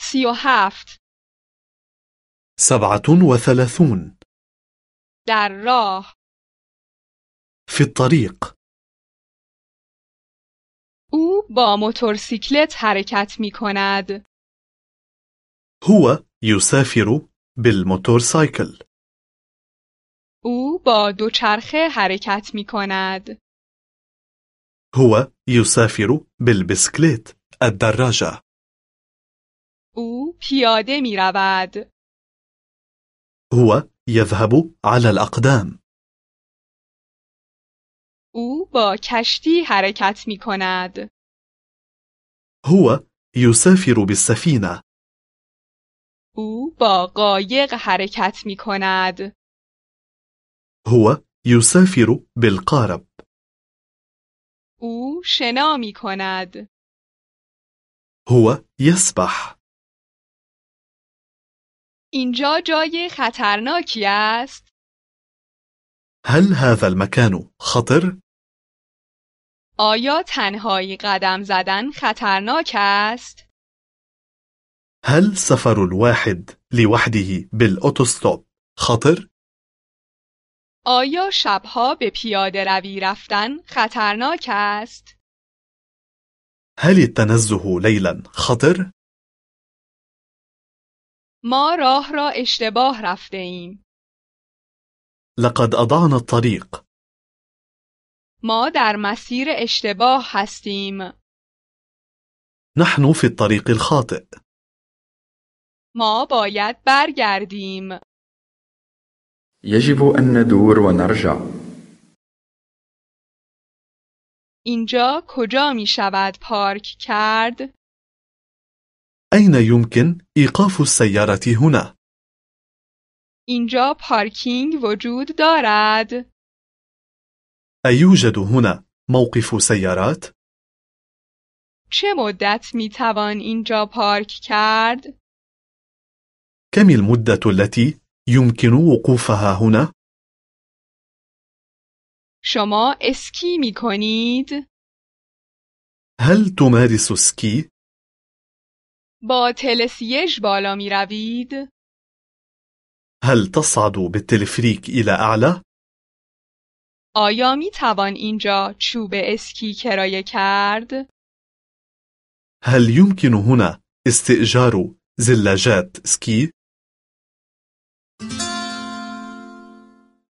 سی و هفت سبعة وثلاثون در راه في الطريق او با موتورسیکلت حرکت می کند. هو يسافر بالموتورسايكل او با دوچرخه حرکت می کند. هو يسافر بالبسكليت الدراجة او پیاده می رود. هو يذهب على الأقدام او با کشتی حرکت می کند. هو يسافر بالسفينة او با قایق حرکت می کند. هو يسافر بالقارب او شنا می کند. هو يسبح اینجا جای خطرناکی است. هل هذا المكان خطر؟ آیا تنهایی قدم زدن خطرناک است؟ هل سفر الواحد لوحده بالأوتوستوب خطر؟ آیا شبها به پیاده روی رفتن خطرناک است؟ هل التنزه ليلا خطر؟ ما راه را اشتباه رفته ایم. لقد أضعنا الطريق ما در مسیر اشتباه هستیم. نحن في الطريق الخاطئ ما باید برگردیم. يجب أن ندور ونرجع اینجا کجا می شود پارک کرد؟ أين يمكن إيقاف السيارة هنا؟ اینجا پارکینگ وجود دارد. أيوجد هنا موقف سيارات؟ چه مدت می توان اینجا پارک کرد؟ كم المدة التي يمكن وقوفها هنا؟ شما اسکی می کنید؟ هل تمارس السكي؟ با تلسیج بالا می روید؟ هل تصعد بالتلفريك إلى أعلى؟ آیا می توان اینجا چوب اسکی کرایه کرد؟ هل يمكن هنا استئجار زلاجات سكي؟